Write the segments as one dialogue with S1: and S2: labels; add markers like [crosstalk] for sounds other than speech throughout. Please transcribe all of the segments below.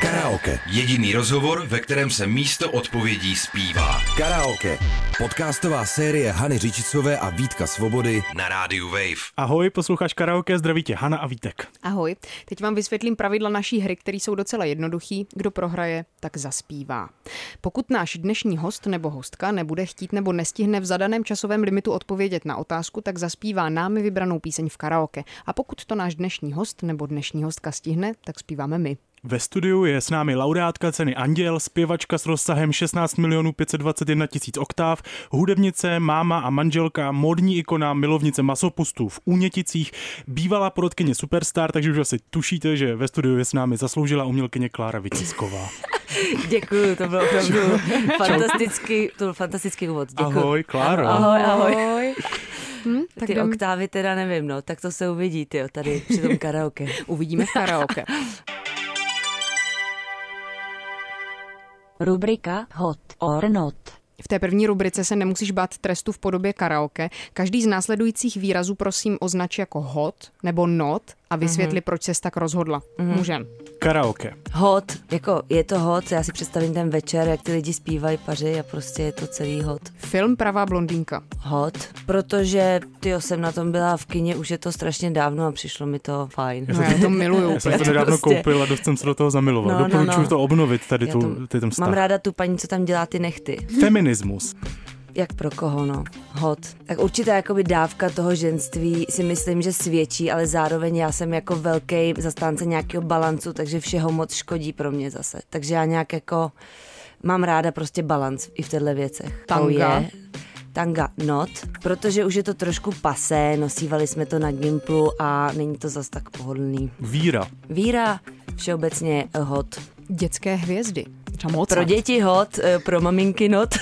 S1: Karaoke.
S2: Jediný rozhovor, ve kterém se místo odpovědí zpívá.
S1: Karaoke. Podcastová série Hany Řičicové a Vítka Svobody.
S2: Na rádiu Wave.
S3: Ahoj, posloucháš karaoke, zdraví tě Hana a Vítek.
S4: Ahoj, teď vám vysvětlím pravidla naší hry, které jsou docela jednoduchý. Kdo prohraje, tak zaspívá. Pokud náš dnešní host nebo hostka nebude chtít nebo nestihne v zadaném časovém limitu odpovědět na otázku, tak zaspívá námi vybranou píseň v karaoke. A pokud to náš dnešní host nebo dnešní hostka stihne, tak zpíváme my.
S3: Ve studiu je s námi laureátka ceny Anděl, zpěvačka s rozsahem 16 milionů 521 tisíc oktáv, hudebnice, máma a manželka, modní ikona, milovnice masopustů v Úněticích, bývalá porodkyně Superstar, takže už asi tušíte, že ve studiu je s námi zasloužila umělkyně Klára Vicisková.
S5: Děkuji, to byl opravdu fantastický, to byl fantastický úvod. Děkuji.
S3: Ahoj, Kláro.
S5: Ahoj, ahoj.
S4: Hm,
S5: Tak
S4: tak
S5: ty
S4: jdem.
S5: oktávy teda nevím, no, tak to se uvidí, ty tady při tom karaoke.
S4: Uvidíme v karaoke.
S6: Rubrika Hot or Not.
S4: V té první rubrice se nemusíš bát trestu v podobě karaoke. Každý z následujících výrazů prosím označ jako hot nebo not a vysvětli, proč ses tak rozhodla. Můžem.
S3: Karaoke.
S5: Hot, jako je to hot, já si představím ten večer, jak ty lidi zpívají, paři a prostě je to celý hot.
S4: Film Pravá blondýnka.
S5: Hot, protože ty jsem na tom byla v kině, už je to strašně dávno a přišlo mi to fajn.
S4: No, já to
S3: [laughs]
S4: miluju.
S3: Já jsem to
S5: to
S3: nedávno
S5: prostě-
S3: koupil a dost jsem se do toho zamiloval.
S5: No, no,
S3: Doporučuji
S5: no.
S3: to obnovit tady
S5: Já
S3: tu,
S5: to-
S3: ty ten vztah.
S5: Mám ráda tu paní, co tam dělá ty nechty.
S3: Feminismus.
S5: Jak pro koho, no. Hot. Tak určitá jakoby dávka toho ženství si myslím, že svědčí, ale zároveň já jsem jako velký zastánce nějakého balancu, takže všeho moc škodí pro mě zase. Takže já nějak jako mám ráda prostě balanc i v těchto věcech.
S4: Tanga?
S5: Oh yeah. Tanga not, protože už je to trošku pasé, nosívali jsme to na Gimplu a není to zas tak pohodlný.
S3: Víra.
S5: Víra všeobecně eh, hot.
S4: Dětské hvězdy. Třeba Mozart.
S5: Pro děti hot, eh, pro maminky not.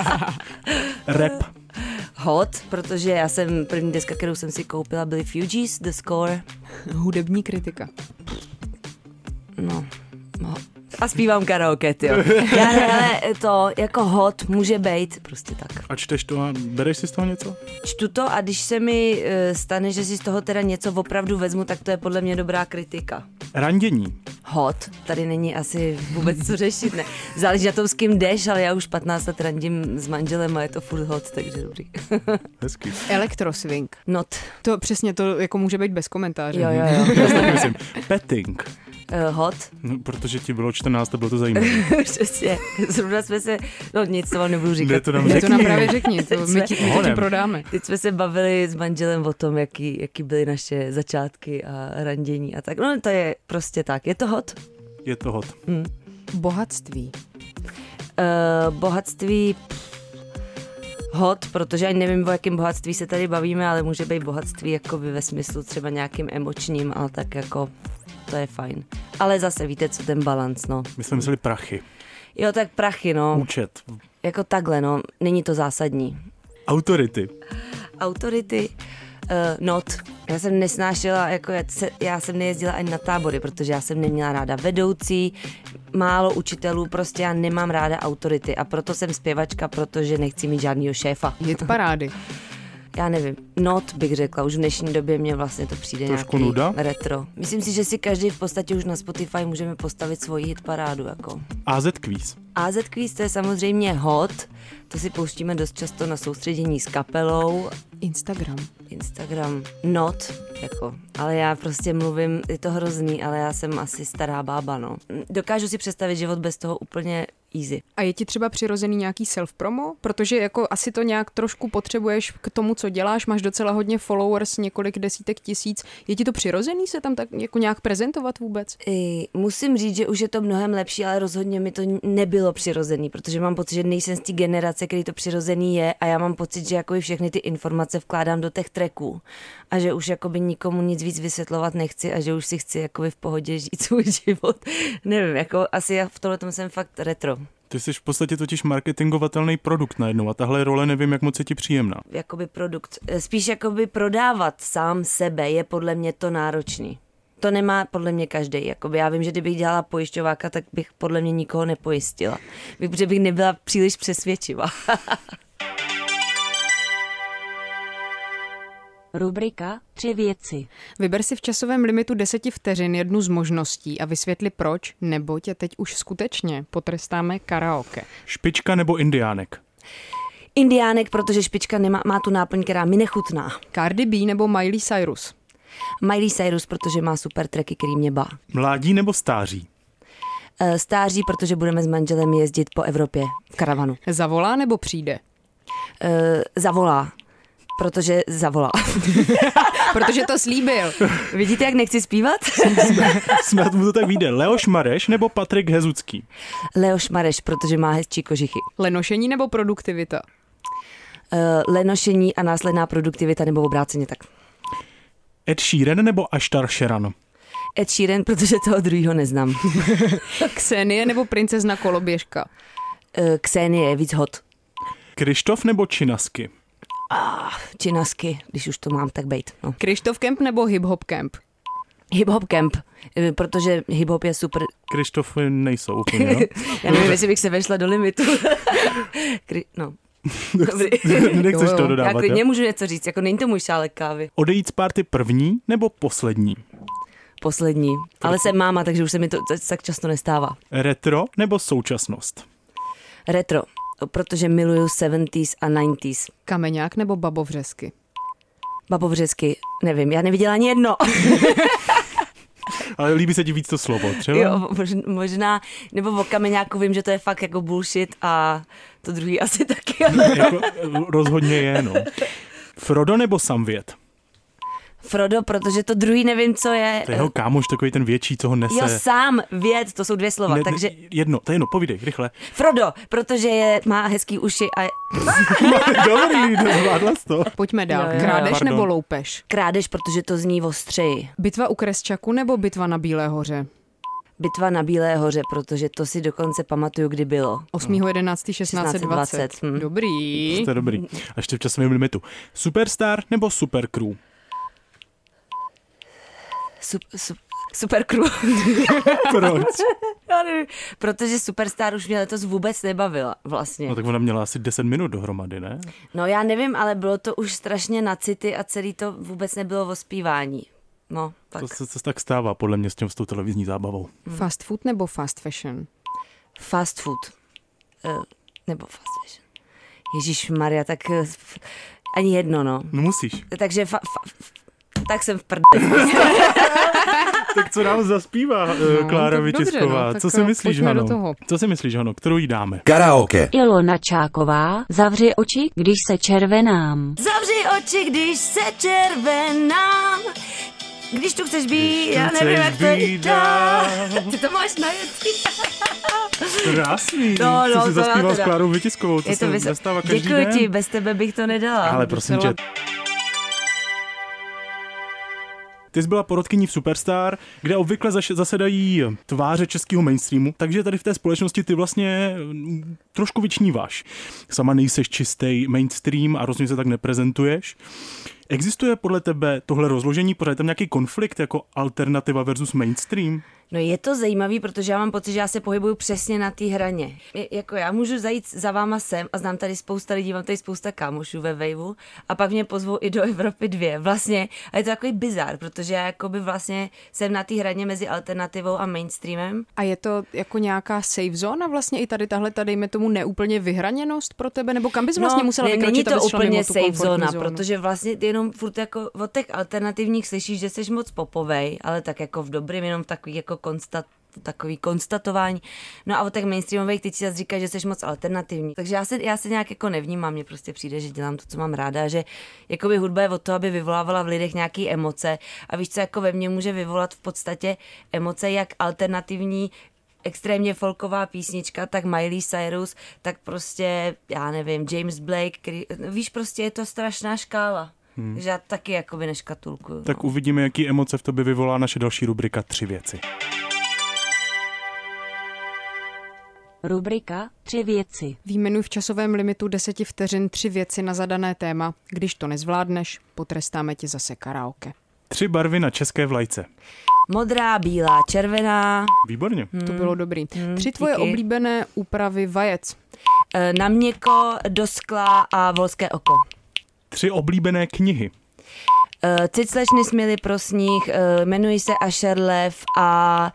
S5: [laughs]
S3: Rap.
S5: hot, protože já jsem první deska, kterou jsem si koupila, byly Fugees, The Score.
S4: Hudební kritika.
S5: No, no. A zpívám karaoke, jo. Já hele, to jako hot může být, prostě tak.
S3: A čteš to a bereš si z toho něco?
S5: Čtu to a když se mi eh, stane, že si z toho teda něco opravdu vezmu, tak to je podle mě dobrá kritika.
S3: Randění.
S5: Hot, tady není asi vůbec co řešit, ne. Záleží na tom, s kým jdeš, ale já už 15 let randím s manželem a je to furt hot, takže dobrý.
S3: Hezký.
S4: Elektroswing.
S5: Not.
S4: To přesně to jako může být bez komentáře.
S5: Jo, jo, jo.
S3: Já si taky myslím. Petting.
S5: Eh, hot.
S3: No, protože ti bylo 14 a bylo to zajímavé.
S5: Přesně. Zrovna jsme se, no nic to vám nebudu říkat.
S3: Ne, to nám
S4: Ne, to nám
S3: Řekni.
S4: právě řekni, to my ti, my to ti
S3: Honem.
S4: prodáme.
S5: Teď jsme se bavili s manželem o tom, jaký, jaký byly naše začátky a randění a tak. No to je prostě tak. Je to hot?
S3: Je to hot.
S4: Bohatství.
S5: Uh, bohatství pff, hot, protože ani nevím, o jakém bohatství se tady bavíme, ale může být bohatství jakoby ve smyslu třeba nějakým emočním, ale tak jako to je fajn. Ale zase víte, co ten balans, no.
S3: My jsme mysleli prachy.
S5: Jo, tak prachy, no.
S3: Účet.
S5: Jako takhle, no. Není to zásadní.
S3: Autority.
S5: autority uh, not. Já jsem nesnášela, jako já, se, já jsem nejezdila ani na tábory, protože já jsem neměla ráda vedoucí, málo učitelů, prostě já nemám ráda autority a proto jsem zpěvačka, protože nechci mít žádného šéfa.
S4: Hit parády.
S5: Já nevím, not bych řekla, už v dnešní době mě vlastně to přijde
S3: Trošku
S5: nějaký
S3: nuda?
S5: retro. Myslím si, že si každý v podstatě už na Spotify můžeme postavit svoji hitparádu, jako.
S3: AZ Quiz.
S5: AZ Quiz to je samozřejmě hot, to si pouštíme dost často na soustředění s kapelou
S4: Instagram.
S5: Instagram not, jako, ale já prostě mluvím, je to hrozný, ale já jsem asi stará bába, no. Dokážu si představit život bez toho úplně easy.
S4: A je ti třeba přirozený nějaký self-promo? Protože jako asi to nějak trošku potřebuješ k tomu, co děláš, máš docela hodně followers, několik desítek tisíc. Je ti to přirozený se tam tak jako nějak prezentovat vůbec?
S5: I musím říct, že už je to mnohem lepší, ale rozhodně mi to nebylo přirozený, protože mám pocit, že nejsem z té generace, který to přirozený je a já mám pocit, že jakoby všechny ty informace vkládám do těch tracků a že už jakoby nikomu nic víc vysvětlovat nechci a že už si chci jakoby v pohodě žít svůj [laughs] život. Nevím, jako asi já v tomhle tom jsem fakt retro.
S3: Ty jsi v podstatě totiž marketingovatelný produkt najednou a tahle role nevím, jak moc je ti příjemná.
S5: jakoby produkt, eh, spíš jakoby prodávat sám sebe je podle mě to náročný. To nemá podle mě každý. Jakoby já vím, že kdybych dělala pojišťováka, tak bych podle mě nikoho nepojistila. Bych- Protože bych nebyla příliš přesvědčivá.
S6: [laughs] Rubrika Tři věci.
S4: Vyber si v časovém limitu 10 vteřin jednu z možností a vysvětli proč, nebo tě teď už skutečně potrestáme karaoke.
S3: Špička nebo indiánek?
S5: Indiánek, protože špička nemá, má tu náplň, která mi nechutná.
S4: Cardi B nebo Miley Cyrus.
S5: Miley Cyrus, protože má super tracky, který mě bá.
S3: Mládí nebo stáří? [laughs]
S5: Eh, Stáří, protože budeme s manželem jezdit po Evropě v karavanu.
S4: Zavolá nebo přijde?
S5: Eh, Zavolá, protože zavolá.
S4: Protože to slíbil.
S5: [laughs] Vidíte, jak nechci [laughs] zpívat?
S3: Snad mu to tak vyjde. Leoš Mareš nebo Patrik Hezucký?
S5: Leoš Mareš, protože má hezčí kožichy.
S4: Lenošení nebo produktivita?
S5: Eh, Lenošení a následná produktivita nebo obráceně tak.
S3: Ed Sheeran nebo Ashtar Sheran?
S5: Ed Sheeran, protože toho druhého neznám.
S4: Ksenie nebo princezna koloběžka?
S5: Eh, Ksenie je víc hot.
S3: Krištof nebo Činasky?
S5: Činasky, když už to mám, tak bejt. No.
S4: Krištof Kemp nebo Hip Hop Kemp?
S5: Hip-hop camp, eh, protože hip-hop je super.
S3: Krištofy nejsou úplně, no?
S5: Já nevím, jestli bych se vešla do limitu. [laughs] Kry- [laughs] no. Dobrý.
S3: [laughs] Nechceš
S4: Jo, jo,
S3: to
S4: já
S5: Já
S3: dodávat,
S5: klidně
S3: jo?
S5: můžu něco říct, jako není to můj šálek kávy.
S3: Odejít z party první nebo poslední?
S5: Poslední. Ale jsem máma, takže už se mi to t- tak často nestává.
S3: Retro nebo současnost?
S5: Retro, protože miluju 70s a 90s.
S4: Kameňák nebo babovřesky?
S5: Babovřesky, nevím, já neviděla ani jedno.
S3: Ale líbí se ti víc to slovo, třeba?
S5: [laughs] jo, mož- možná, nebo o kameňáku vím, že to je fakt jako bullshit a to druhý asi [laughs] taky. ale-
S3: jako, rozhodně je, no. Frodo nebo Samvět?
S5: Frodo, protože to druhý nevím, co je.
S3: To je jeho kámoš, takový ten větší, co ho nese.
S5: Jo, sám věd, to jsou dvě slova,
S3: Ne- ne-
S5: takže
S3: Jedno, to je jedno, povídej, rychle. [laughs]
S5: Frodo, protože je, má hezký uši a je-
S3: Dobrý, zvládla jsi to.
S4: Pojďme dál.
S5: Jo, jo, jo.
S4: Krádeš
S3: Pardon.
S4: nebo loupeš?
S5: krádež, protože to zní ostřeji.
S4: Bitva u Kresčaku nebo bitva na Bílé hoře?
S5: Bitva na Bílé hoře, protože to si dokonce pamatuju, kdy bylo.
S4: 8.11.1620.
S5: hm.
S4: Dobrý.
S3: To je dobrý. A ještě v časovém limitu. Superstar nebo Supercrew?
S5: Sup, sup, super crew.
S3: Proč?
S5: Já nevím, protože Superstar už mě letos vůbec nebavila vlastně.
S3: No tak ona měla asi 10 minut dohromady, ne?
S5: No já nevím, ale bylo to už strašně na city a celý to vůbec nebylo o zpívání. No, tak.
S3: To se, se tak stává podle mě s, tím, s tou televizní zábavou.
S4: Fast food nebo fast fashion?
S5: Fast food. Eh, nebo fast fashion. Ježíš Maria, tak eh, f- ani jedno, no.
S3: No musíš.
S5: Takže fa, fa, f- tak jsem v prdeli.
S3: Tak co nám zaspívá no, Klára
S4: tak dobře,
S3: Vytisková?
S4: no, tak,
S3: co si
S4: eh,
S3: myslíš,
S4: pojďme do
S3: Hano?
S4: toho.
S3: Co si myslíš, Hano? Kterou jí dáme?
S1: Karaoke.
S6: Ilona Čáková, zavři oči, když se červenám.
S5: Zavři oči, když se červenám. Když tu chceš být,
S3: Když tu
S5: já nevím,
S3: chceš
S5: jak to je [laughs]
S3: být dál.
S5: Ty to máš najet.
S3: Krásný.
S5: No, no,
S3: co si
S5: to já
S3: zaspíval s
S5: teda.
S3: Klárou Vytiskovou, to,
S5: Je
S3: se
S5: to vys...
S3: nestává každý
S5: Děkuji
S3: den.
S5: ti, bez tebe bych to nedala.
S3: Ale prosím tě. Ty jsi byla porodkyní v Superstar, kde obvykle zaš- zasedají tváře českého mainstreamu, takže tady v té společnosti ty vlastně mm, trošku vyčníváš. Sama nejseš čistý mainstream a rozhodně se tak neprezentuješ. Existuje podle tebe tohle rozložení, pořád je tam nějaký konflikt jako alternativa versus mainstream?
S5: No je to zajímavý, protože já mám pocit, že já se pohybuju přesně na té hraně. Je, jako já můžu zajít za váma sem a znám tady spousta lidí, mám tady spousta kámošů ve Waveu a pak mě pozvou i do Evropy 2 vlastně. A je to takový bizar, protože já jakoby vlastně jsem na té hraně mezi alternativou a mainstreamem.
S4: A je to jako nějaká safe zóna vlastně i tady tahle, tady dejme tomu neúplně vyhraněnost pro tebe, nebo kam bys vlastně musela
S5: No, ne-
S4: vykročit,
S5: Není to
S4: abys šla
S5: úplně
S4: mimo tu
S5: safe
S4: komfortní
S5: zóna,
S4: zónu?
S5: protože vlastně ty jenom furt jako od těch alternativních slyšíš, že jsi moc popovej, ale tak jako v dobrým, jenom takový jako konstat, takový konstatování. No a od těch mainstreamových ty si zase říká, že jsi moc alternativní. Takže já se, já se nějak jako nevnímám, mně prostě přijde, že dělám to, co mám ráda, že jakoby hudba je od toho, aby vyvolávala v lidech nějaké emoce a víš, co jako ve mně může vyvolat v podstatě emoce, jak alternativní extrémně folková písnička, tak Miley Cyrus, tak prostě, já nevím, James Blake, který, no víš, prostě je to strašná škála. Hmm. Že já taky jakoby neškatulkuju.
S3: Tak
S5: no.
S3: uvidíme, jaký emoce v tobě vyvolá naše další rubrika Tři věci.
S6: Rubrika Tři věci.
S4: Výjmenuj v časovém limitu 10 vteřin tři věci na zadané téma. Když to nezvládneš, potrestáme tě zase karaoke.
S3: Tři barvy na české vlajce.
S5: Modrá, bílá, červená,
S3: Výborně.
S4: To bylo dobrý. Tři tvoje
S5: Hmm, díky.
S4: oblíbené úpravy vajec.
S5: eh, na měko, do skla a volské oko.
S3: Tři oblíbené knihy.
S5: Uh, Cid slečny smily pro sníh, uh, jmenují se Asherlev a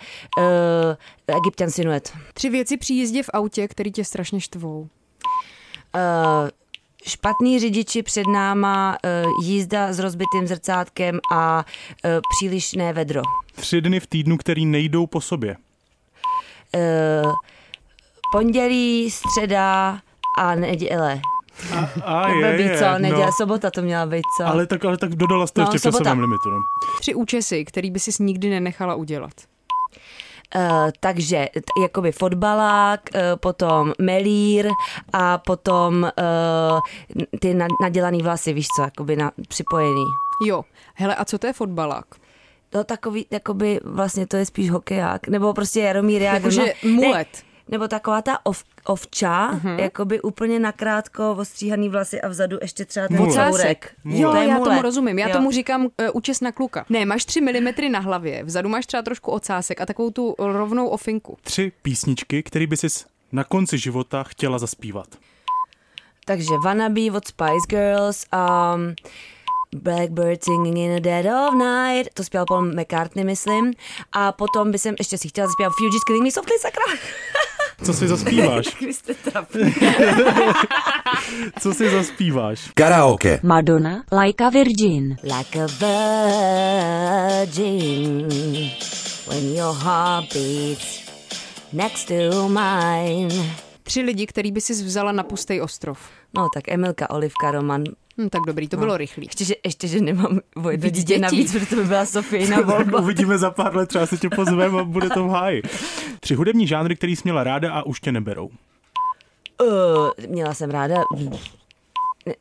S5: uh, Egyptian Sinuet.
S4: Tři věci při jízdě v autě, které tě strašně štvou.
S5: Uh, špatný řidiči před náma, uh, jízda s rozbitým zrcátkem a uh, přílišné vedro.
S3: Tři dny v týdnu, který nejdou po sobě.
S5: Uh, pondělí, středa a neděle.
S3: A
S5: Blbý, co? Neděle, sobota to měla být, co?
S3: no. Ale tak, ale tak dodala jste
S5: No,
S3: ještě v
S5: sobota.
S3: časovém limitu. No.
S4: Tři účesy, který by sis nikdy nenechala udělat.
S5: Uh, takže t- jakoby fotbalák, uh, potom melír a potom uh, ty na, nadělaný vlasy, víš co, jakoby na, připojený.
S4: Jo, hele, a co to je fotbalák?
S5: No takový, jakoby vlastně to je spíš hokeják, nebo prostě Jaromír Jágr.
S4: Jakože
S5: no,
S4: mulet.
S5: nebo taková ta ov, ovča, uh-huh. jakoby úplně nakrátko ostříhaný vlasy a vzadu ještě třeba ten
S3: Mulet.
S5: čourek.
S4: Jo,
S5: To je
S4: já
S5: mulet.
S4: tomu rozumím. Já
S5: Jo.
S4: tomu říkám uh, účes na kluka. Ne, máš 3 mm na hlavě, vzadu máš třeba trošku ocásek a takovou tu rovnou ofinku.
S3: Tři písničky, které by si na konci života chtěla zaspívat.
S5: Takže Wannabe od Spice Girls, um, Blackbird singing in the dead of night, to zpěl Paul McCartney, myslím. A potom by jsem ještě si chtěla zaspívat Fugis Killing Me Softly, sakra.
S3: Co si zaspíváš?
S5: [laughs] Vy jste trapný.
S3: Co si
S5: [laughs]
S3: zaspíváš?
S1: Karaoke.
S6: Madonna, Laika Virgin.
S5: Like a virgin when your heart beats next to mine.
S4: Tři lidi, který by si vzala na pustý ostrov.
S5: No tak Emilka, Olivka, Roman.
S4: Hm, tak dobrý,
S5: No.
S4: to bylo rychlý.
S5: Ještě, že, ještě, že nemám o jedno
S4: Víc
S5: dítě
S4: dětí.
S5: navíc, protože to by byla [laughs] Sofijina volba.
S3: Uvidíme za pár let, třeba se tě pozveme a bude to v háji. Tři hudební žánry, který jsi měla ráda a už tě neberou.
S5: Uh, měla jsem ráda... Ne,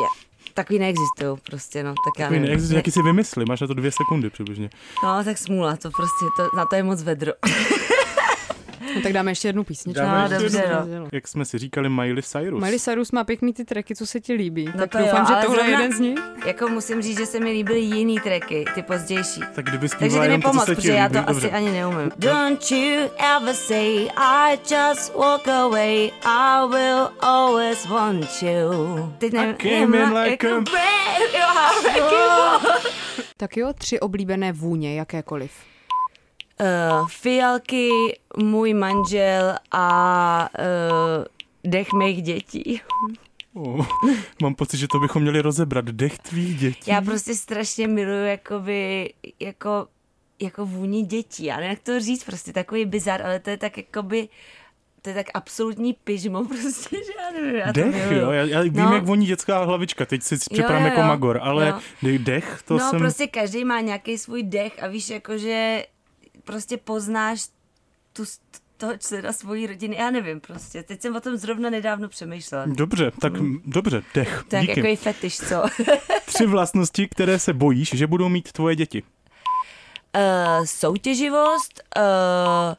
S5: je, takový neexistují prostě, no, tak já
S3: Takový
S5: nevím.
S3: neexistuje, jaký si vymysli, máš na to dvě sekundy přibližně.
S5: No, tak smůla, to prostě, to, na to je moc vedro.
S4: No, tak dáme ještě jednu písničku.
S5: Dáme No, ještě dobře, jednu.
S4: no.
S3: Jak jsme si říkali, Miley Cyrus.
S4: Miley Cyrus má pěkný ty tracky, co se ti líbí. No
S5: No
S4: [laughs] tak
S5: to jo,
S4: doufám, že
S5: ale
S4: tohle je
S5: zrovna-
S4: jeden z nich.
S5: jako musím říct, že se mi líbily jiný tracky, ty pozdější.
S3: Tak kdyby
S5: Takže
S3: zpívala
S5: ty mi
S3: jenom to, co
S5: pomoct,
S3: se ti
S5: protože já
S3: líbí.
S5: to
S3: dobře.
S5: asi ani neumím. Don't you ever say I just walk away, I will always want you. Teď nevím.
S3: came in like a-
S5: brave, you are like a-
S4: Tak jo, tři oblíbené vůně, jakékoliv.
S5: Uh, fialky, můj manžel a uh, dech mých dětí.
S3: Oh, mám pocit, že to bychom měli rozebrat. Dech tvých dětí.
S5: Já prostě strašně miluju jakoby, jako, jako vůni dětí. Já nevím, jak to říct, prostě takový bizar, ale to je tak jakoby, to je tak absolutní pyžmo [laughs] prostě, že já nevím, já to
S3: Dech,
S5: miluju.
S3: jo, já, já vím,
S5: No.
S3: jak voní dětská hlavička, teď si připadám
S5: jo,
S3: jako
S5: jo.
S3: magor, ale dech, to
S5: no
S3: jsem...
S5: prostě každý má nějaký svůj dech a víš, jakože prostě poznáš tu, toho člena svojí rodiny, já nevím prostě. Teď jsem o tom zrovna nedávno přemýšlela.
S3: Dobře, tak mm. dobře, dech,
S5: To jako je
S3: díky.
S5: takový fetiš, co?
S3: Tři vlastnosti, které se bojíš, že budou mít tvoje děti.
S5: uh, soutěživost, uh,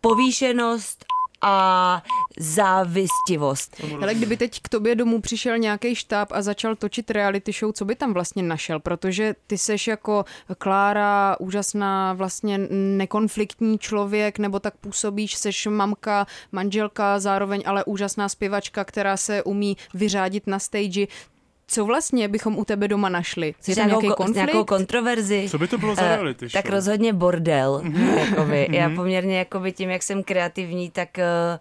S5: povýšenost a závistivost.
S4: Ale kdyby teď k tobě domů přišel nějaký štáb a začal točit reality show, co by tam vlastně našel? Protože ty seš jako Klára, úžasná, vlastně nekonfliktní člověk, nebo tak působíš, seš mamka, manželka, zároveň ale úžasná zpěvačka, která se umí vyřádit na stage. Co vlastně bychom u tebe doma našli? Je
S5: Chceš
S4: tam nějaký
S5: Jako ko-
S4: konflikt?
S5: nějakou kontroverzi?
S3: Co by to bylo za
S5: Eh,
S3: reality
S5: Tak
S3: show? Mhm.
S5: rozhodně bordel. jakoby. Já poměrně jakoby tím, jak jsem kreativní, tak eh,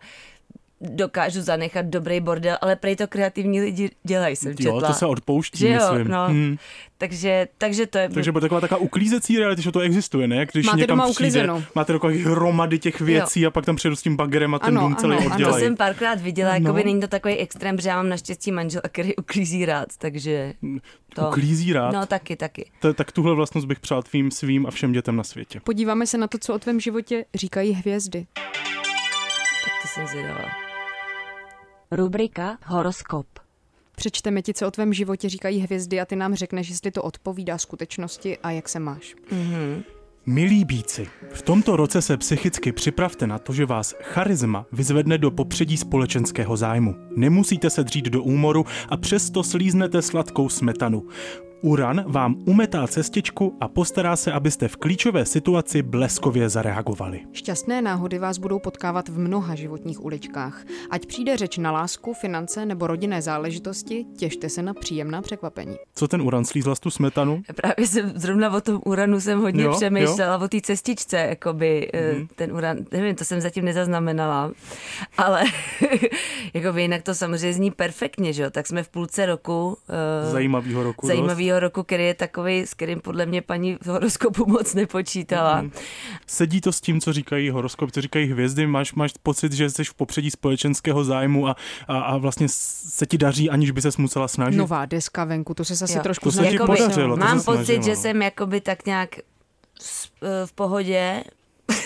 S5: dokážu zanechat dobrý bordel, ale prej to kreativní lidi dělají, jsem
S3: Jo,
S5: četla.
S3: to se odpouští,
S5: že jo,
S3: myslím.
S5: no.
S3: Hmm.
S5: takže, takže to je...
S3: Takže bude taková taková uklízecí reality, že to existuje, ne? Když
S4: Máte
S3: někam
S4: doma
S3: přijde,
S4: uklizenou.
S3: máte takový hromady těch věcí jo. a pak tam přijedu s tím bagrem a ten
S4: Ano,
S3: dům celý
S4: ano, ano.
S5: no, to
S3: oddělají. No.
S5: jsem párkrát viděla, jakoby není to takový extrém, protože já mám naštěstí manžela, který uklízí rád, takže... To.
S3: Mm, Uklízí rád.
S5: No taky, taky.
S3: T- tak tuhle vlastnost bych přál tvým svým a všem dětem na světě.
S4: Podíváme se na to, co o tvém životě říkají hvězdy.
S5: Tak to jsem zvědavá.
S6: Rubrika Horoskop.
S4: Přečteme ti, co o tvém životě říkají hvězdy a ty nám řekneš, jestli to odpovídá skutečnosti a jak se máš.
S3: Milí bíci, v tomto roce se psychicky připravte na to, že vás charisma vyzvedne do popředí společenského zájmu. Nemusíte se dřít do úmoru a přesto slíznete sladkou smetanu. Uran vám umetá cestičku a postará se, abyste v klíčové situaci bleskově zareagovali.
S4: Šťastné náhody vás budou potkávat v mnoha životních uličkách. Ať přijde řeč na lásku, finance nebo rodinné záležitosti, těšte se na příjemná překvapení.
S3: Co ten Uran slízla z tu smetanu?
S5: [laughs] Právě jsem zrovna o tom uranu jsem hodně
S3: Jo, Mhm.
S5: jo,
S3: jo.
S5: přemýšlela, jo. o té cestičce, jakoby mm. ten uran, nevím, to jsem zatím nezaznamenala, ale [laughs] jakoby jinak to samozřejmě zní perfektně, že jo, tak jsme v půlce roku. eh,
S3: Zajímavýho roku.
S5: zajímavého roku, který je takový, s kterým podle mě paní v horoskopu moc nepočítala.
S3: Mhm.
S5: Mm.
S3: dost. Sedí to s tím, co říkají horoskop, co říkají hvězdy, máš, máš pocit, že jsi v popředí společenského zájmu a, a, a vlastně se ti daří, aniž by se musela snažit.
S4: Nová deska venku, to se zase
S5: Jo.
S4: trošku
S3: To se ti
S4: snaží
S3: podařilo, to
S4: posunout.
S3: se
S5: Mám
S3: snažím, no.
S5: pocit, že
S3: ano.
S5: jsem jakoby tak nějak s- eh, v pohodě.
S6: [laughs]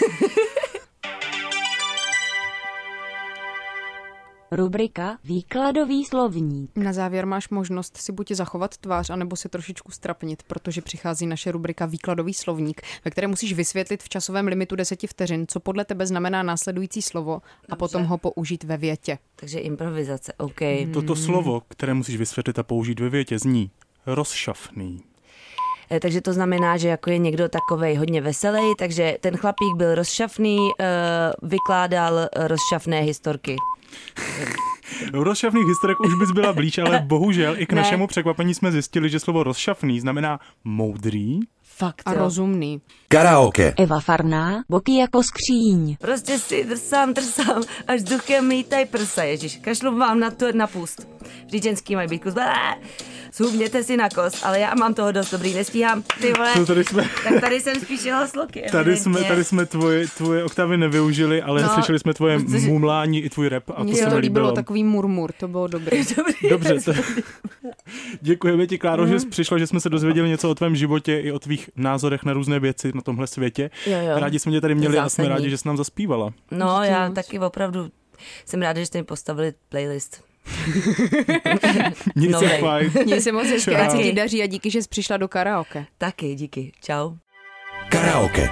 S6: Rubrika Výkladový slovník.
S4: Na závěr máš možnost si buď zachovat tvář, anebo se trošičku strapnit, protože přichází naše rubrika Výkladový slovník, ve které musíš vysvětlit v časovém limitu 10 vteřin, co podle tebe znamená následující slovo a potom ho použít ve větě.
S5: Takže improvizace, OK. Mm.
S3: Hmm. Toto slovo, které musíš vysvětlit a použít ve větě, zní rozšafný.
S5: Eh, Takže to znamená, že jako je někdo takovej hodně veselý, takže ten chlapík byl rozšafný, eh, vykládal eh, rozšafné historky.
S3: U rozšafných historek už bys byla blíž,
S5: [laughs]
S3: ale bohužel i k
S5: Ne.
S3: našemu překvapení jsme zjistili, že slovo rozšafný znamená moudrý.
S5: Fakt,
S4: A
S5: jo.
S4: rozumný.
S1: Karaoke.
S6: Eva Farná, boky jako skříň.
S5: Prostě si drsám, drsám, až duchem mítaj prsa, ježíš. Kašlu vám na, to, na půst. Vždyť ženský mají být kus. blá. Zhubněte si na kost, ale já mám toho dost dobrý, nestíhám. Ty vole,
S3: To tady jsme-
S5: tak tady jsem spíš jela s loky,
S3: Tady jsme,
S5: evidentně.
S3: tady jsme tvoje, tvoje oktavy nevyužili, ale
S5: No,
S3: slyšeli jsme tvoje
S5: protože-
S3: mumlání i tvůj rap a to
S4: Mně
S3: se
S4: se to
S3: mi
S4: líbilo,
S3: líbilo.
S4: takový murmur, to bylo dobrý.
S5: Dobrý.
S3: Dobře, to...
S5: [laughs]
S3: děkujeme ti, Kláro,
S5: No.
S3: že jsi přišla, že jsme se dozvěděli něco o tvém životě i o tvých názorech na různé věci na tomhle světě.
S5: Jo, jo.
S3: Rádi jsme tě tady
S5: To je
S3: měli a jsme
S5: zásadní.
S3: rádi, že jsi nám zaspívala.
S5: No, já
S4: moc.
S5: taky opravdu jsem ráda, že jste mi postavili playlist.
S3: Nic
S5: Novej.
S3: jak fajn.
S4: [laughs] Mně se moc hezky,
S3: Čau.
S4: ať se ti daří a díky, že jsi přišla do karaoke.
S5: Taky, díky. Čau.
S1: Karaoke.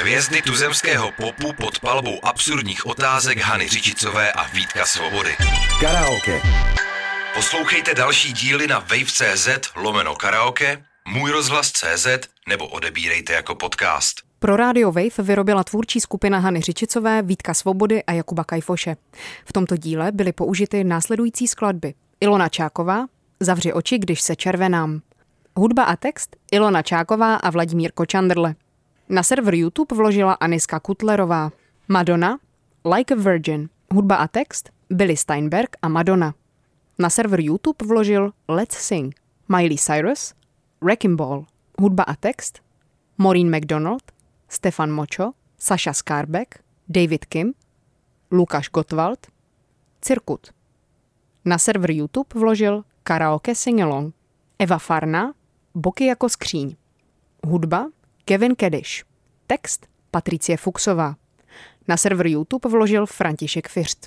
S2: Hvězdy tuzemského popu pod palbou absurdních otázek Hany Řičicové a Vítka Svobody.
S1: Karaoke.
S2: Poslouchejte další díly na wave.cz lomeno karaoke, můj rozhlas.cz nebo odebírejte jako podcast.
S4: Pro Radio Wave vyrobila tvůrčí skupina Hany Řičicové, Vítka Svobody a Jakuba Kajfoše. V tomto díle byly použity následující skladby. Ilona Čáková, Zavři oči, když se červenám. Hudba a text Ilona Čáková a Vladimír Kočandrle. Na server YouTube vložila Aniska Kutlerová. Madonna, Like a Virgin. Hudba a text Billy Steinberg a Madonna. Na server YouTube vložil Let's Sing, Miley Cyrus, Wrecking Ball. Hudba a text Maureen McDonald, Stefan Močo, Saša Skarbek, David Kim, Lukáš Gottwald, Cirkut. Na server YouTube vložil karaoke singalong, Eva Farna, Boky jako skříň. Hudba Kevin Kediš. Text Patricie Fuxová. Na server YouTube vložil František Fiřt.